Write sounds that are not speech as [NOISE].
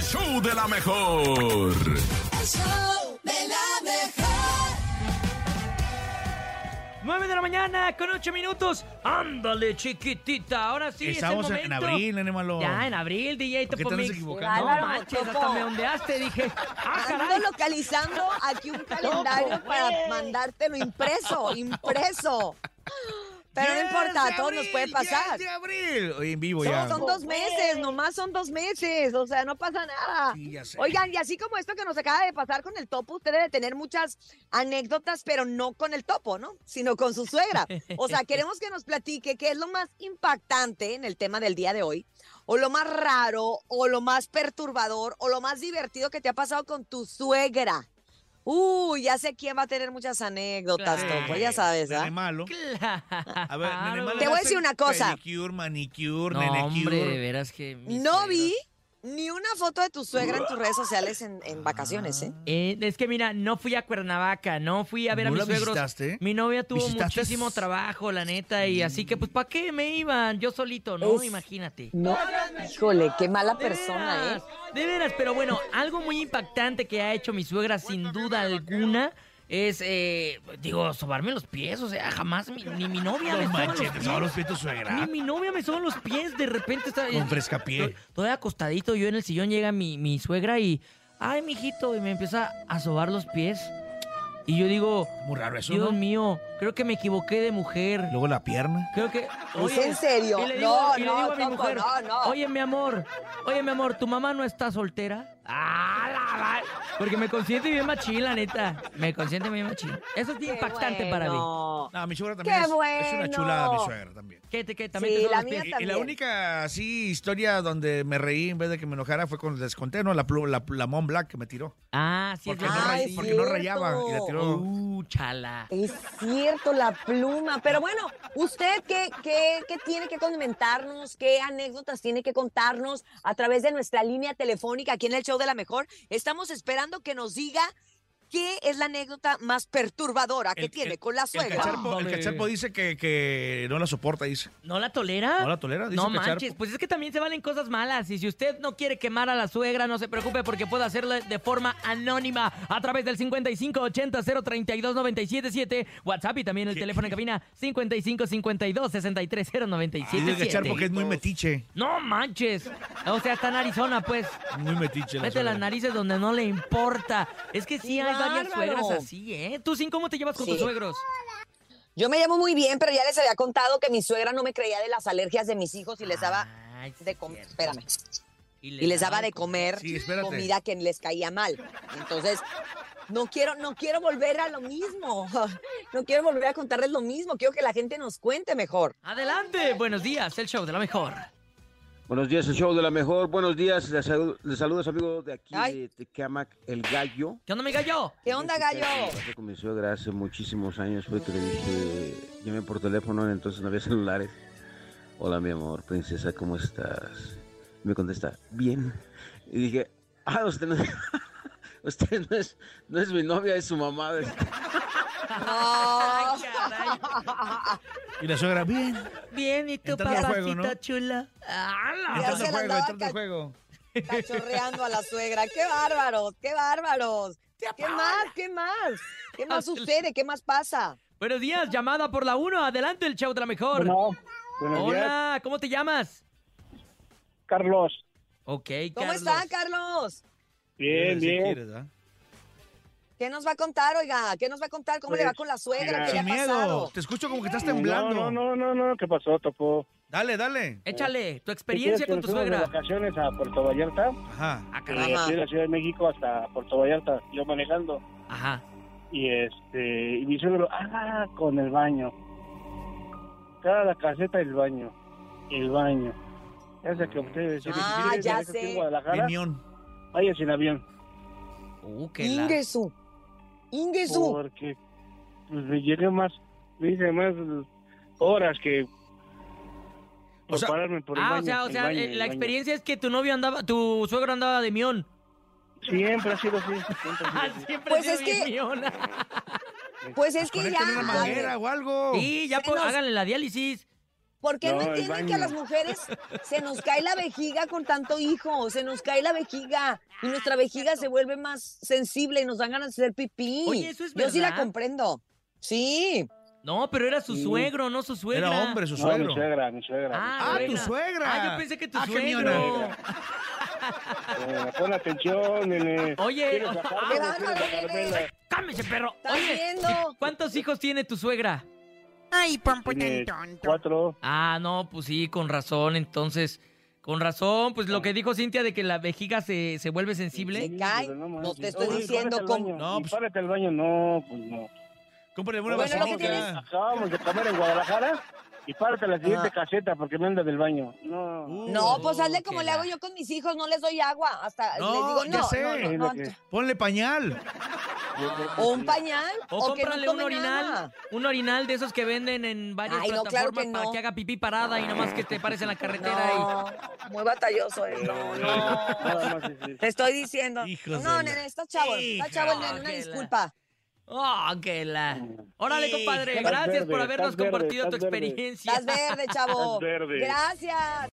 show de la mejor. El show de la mejor. 9 de la mañana con 8 minutos. Ándale, chiquitita. Ahora sí Estamos es el en, en momento. abril, hermano. Ya, en abril, DJ ¿Por qué Topo te andas Mix. No equivocando? Bárbaro, manches, Topo. hasta me ondeaste. [LAUGHS] Dije, ah, Ando caray. localizando aquí un calendario para mandártelo impreso, impreso. Pero no importa, a todos nos puede pasar. de abril. Oye, en vivo ya. Son, son dos meses, nomás son dos meses, o sea, no pasa nada. Sí, ya sé. Ah, Oigan, y así como esto que nos acaba de pasar con el topo, usted debe tener muchas anécdotas, pero no con el topo, ¿no? Sino con su suegra. O sea, queremos que nos platique qué es lo más impactante en el tema del día de hoy, o lo más raro, o lo más perturbador, o lo más divertido que te ha pasado con tu suegra. Uy, ya sé quién va a tener muchas anécdotas, Claro. topo, Ah, ya sabes, ¿ah? Nene malo. A ver, nene malo. Claro. Te le voy a hace decir una cosa. Pedicure, manicure, No, nene hombre, cure. de veras que... mis No suegros- vi ni una foto de tu suegra en tus redes sociales en, en vacaciones, ¿eh? Eh, es que mira, no fui a Cuernavaca, no fui a ver a ¿No mis la suegros. visitaste? Mi novia tuvo ¿Visitaste? muchísimo trabajo, la neta, y así que pues ¿para qué me iban? Yo solito, ¿no? Es- Imagínate. No, híjole, qué mala De persona, ¿eh? veras, De veras, pero bueno, algo muy impactante que ha hecho mi suegra sin duda alguna es, eh, digo, sobarme los pies, o sea, jamás mi- ni mi novia me No soba manches, te los soban pies. los pies tu Ni suegra. mi novia me soba los pies, de repente está... eh, Con frescapié. Estoy- Estoy acostadito yo en el sillón, llega mi, mi suegra y, ay, mijito, y me empieza a sobar los pies. Y yo digo, Muy raro eso, Dios ¿no? mío, creo que me equivoqué de mujer. Luego la pierna. Creo que. en serio? y le digo- No, y le no, digo a mi Topo, mujer, no, no. Oye, mi amor, oye, mi amor, ¿tu mamá no está soltera? ¡Ah, la, la! Porque me consiente bien machín, la neta. Me consiente bien machín. Eso es Qué impactante para mí. bueno. No, mi suegra también ¡Qué es, es una bueno! chulada, mi suegra también. ¿Qué, te- qué? ¿También Sí, te la soban los mía pies? Y la También. única así historia donde me reí en vez de que me enojara fue con el descontento, la, plu- la, la Mont Black que me tiró. Ah, sí, es Porque, no, verdad. Ay, ray- sí. porque no rayaba y la tiró. Uh, chala. Es cierto, la pluma. Pero bueno, ¿usted qué, qué, qué tiene que comentarnos? ¿Qué anécdotas tiene que contarnos a través de nuestra línea telefónica aquí en el show de la mejor? Estamos esperando que nos diga qué es la anécdota más perturbadora que El- tiene el- con la El suegra. cacharpo, el Ándale. cacharpo dice que, que no la soporta, dice. ¿No la tolera? No la tolera, dice No el cacharpo. manches, pues es que también se valen cosas malas. Y si usted no quiere quemar a la suegra, no se preocupe porque puede hacerlo de forma anónima a través del 5580-032-977, WhatsApp y también el teléfono en cabina 5552-630977. Dice el cacharpo que Ah, es muy metiche. No manches. O sea, está en Arizona, pues. [LAUGHS] Muy metiche la Mete suegra. las narices donde no le importa. Es que sí hay varias Bárbaro. suegras así, ¿eh? ¿Tú sin cómo te llevas con Sí. tus suegros? Yo me llamo muy bien, pero ya les había contado que mi suegra no me creía de las alergias de mis hijos y les daba Ah, Ay, sí, de comer. cierto. Espérame. y les daba de comer Sí, espérate. comida que les caía mal. Entonces, no quiero, no quiero volver a lo mismo. [LAUGHS] No quiero volver a contarles lo mismo. Quiero que la gente nos cuente mejor. Adelante, buenos días, el show de la mejor. Buenos días, el show de la mejor. Buenos días, les, saludo, les saludo a su amigo de aquí, Ay. de Tecamac, el gallo. ¿Qué onda, mi gallo? ¿Qué onda, gallo? Yo con mi suegra hace muchísimos años, fue que le dije, llamé por teléfono, entonces no había celulares. Hola, mi amor, princesa, ¿cómo estás? Me contesta, bien. Y dije, ah, usted no, [LAUGHS] usted no es, no es mi novia, es su mamá. No. Ay, caray. Y la suegra, bien. Ah. Bien, ¿y tu Entrando al papacita juego, ¿no? chula? ¡Ah, la- Ya Entrando se al juego, la andaba entrando al ca- juego. Cachorreando a la suegra. ¡Qué bárbaros! ¡Qué bárbaros! ¿Qué más? ¿Qué más? ¿Qué más sucede? ¿Qué más pasa? Buenos días, llamada por la 1, adelante el show de la mejor. No, buenos días, Hola, ¿cómo te llamas? Carlos. Ok, ¿Cómo Carlos. está, Carlos? Bien, Si bien. quieres, ¿verdad? ¿Qué nos va a contar, oiga? ¿Qué nos va a contar? ¿Cómo le va Pues, con la suegra? mira. ¿Qué le ha Sin miedo. pasado? Te escucho como que estás temblando. No, no, no, no, no, ¿qué pasó, Topo? Dale, dale. Échale, tu Eh, ¿Qué experiencia quieres que con tu nos fuimos de suegra. vacaciones a Puerto Vallarta, Ajá. Ah, y caray. de Ajá. aquí de la Ciudad de México hasta Puerto Vallarta, yo manejando. Ajá. Y este, y mi suegro, ah, con el baño. Cada la caseta, el baño. El baño. Ya sé que ustedes. si Ah, vienen ya directo aquí sé. a Guadalajara, Piñón. vaya sin avión. Uh, qué la... Ingesu. Ingesu. Porque pues, me llegué más, me hice más horas que. O por sea- pararme por el Ah, baño, o sea, o el sea, baño, eh, el la baño. experiencia es que tu novio andaba, tu suegro andaba de [LAUGHS] mión. Siempre ha sido así. Siempre ha Ah, sido así. Siempre Pues ha sido es bien que- [LAUGHS] mión. Pues es que Conéctale una ya. manguera o algo. Sí, ya Se pues, nos- háganle la diálisis. ¿Por qué no, No, el entienden que a baño. las mujeres se nos cae la vejiga con tanto hijo? Se nos cae la vejiga y nuestra vejiga se vuelve más sensible y nos dan ganas de hacer pipí. Oye, eso es Yo sí la verdad. comprendo. Sí. No, pero era su Sí. suegro, no su suegra. Era hombre, su No, mi suegro. suegra, mi suegra. Ah, Ah, suegra. tu suegra. Ah, yo pensé que tu Ah, qué suegro. miona. Eh, pon atención, nene. Oye, ¿Quieres ah, sacarme, ah, quieres ah, sacarme la- cámese, perro. ¿Estás Oye, viendo? ¿y ¿cuántos hijos tiene tu suegra? Ay, pompo tan Tiene tonto. Cuatro. Ah, no, pues sí, con razón, entonces. Con razón, pues lo que dijo Cintia de que la vejiga se, se vuelve sensible. Sí. cae. pero No manches. te estoy Oye, diciendo párate al cómo. baño. No, Y pues- Párate al baño, no, pues no. Cómprale una Bueno, lo que bazooka. tienes- Acabamos de comer en Guadalajara y párate a la siguiente Ah. caseta porque me anda del baño. No. Uh, No, pues hazle Oh, como qué le hago la- yo con mis hijos, no les doy agua. Hasta No, les digo, ya no, sé. no, no, no, Es lo que- Ponle pañal. O un pañal. O, O, que no cómprale un tomen orinal, agua. un orinal de esos que venden en varias Ay, no, plataformas claro que para no. que haga pipí parada y nada más que te pares en la carretera y... No, muy batalloso es. No, no. Nada más es- es- Te estoy diciendo. Hijos no, de la- nene, está chavo. Está chavo el Híjole. nene, una disculpa. ¡Oh, qué la! Órale, compadre, Estás gracias por verde, habernos estás verde, compartido tu estás verde. experiencia. Estás verde, chavo. Estás verde. Gracias.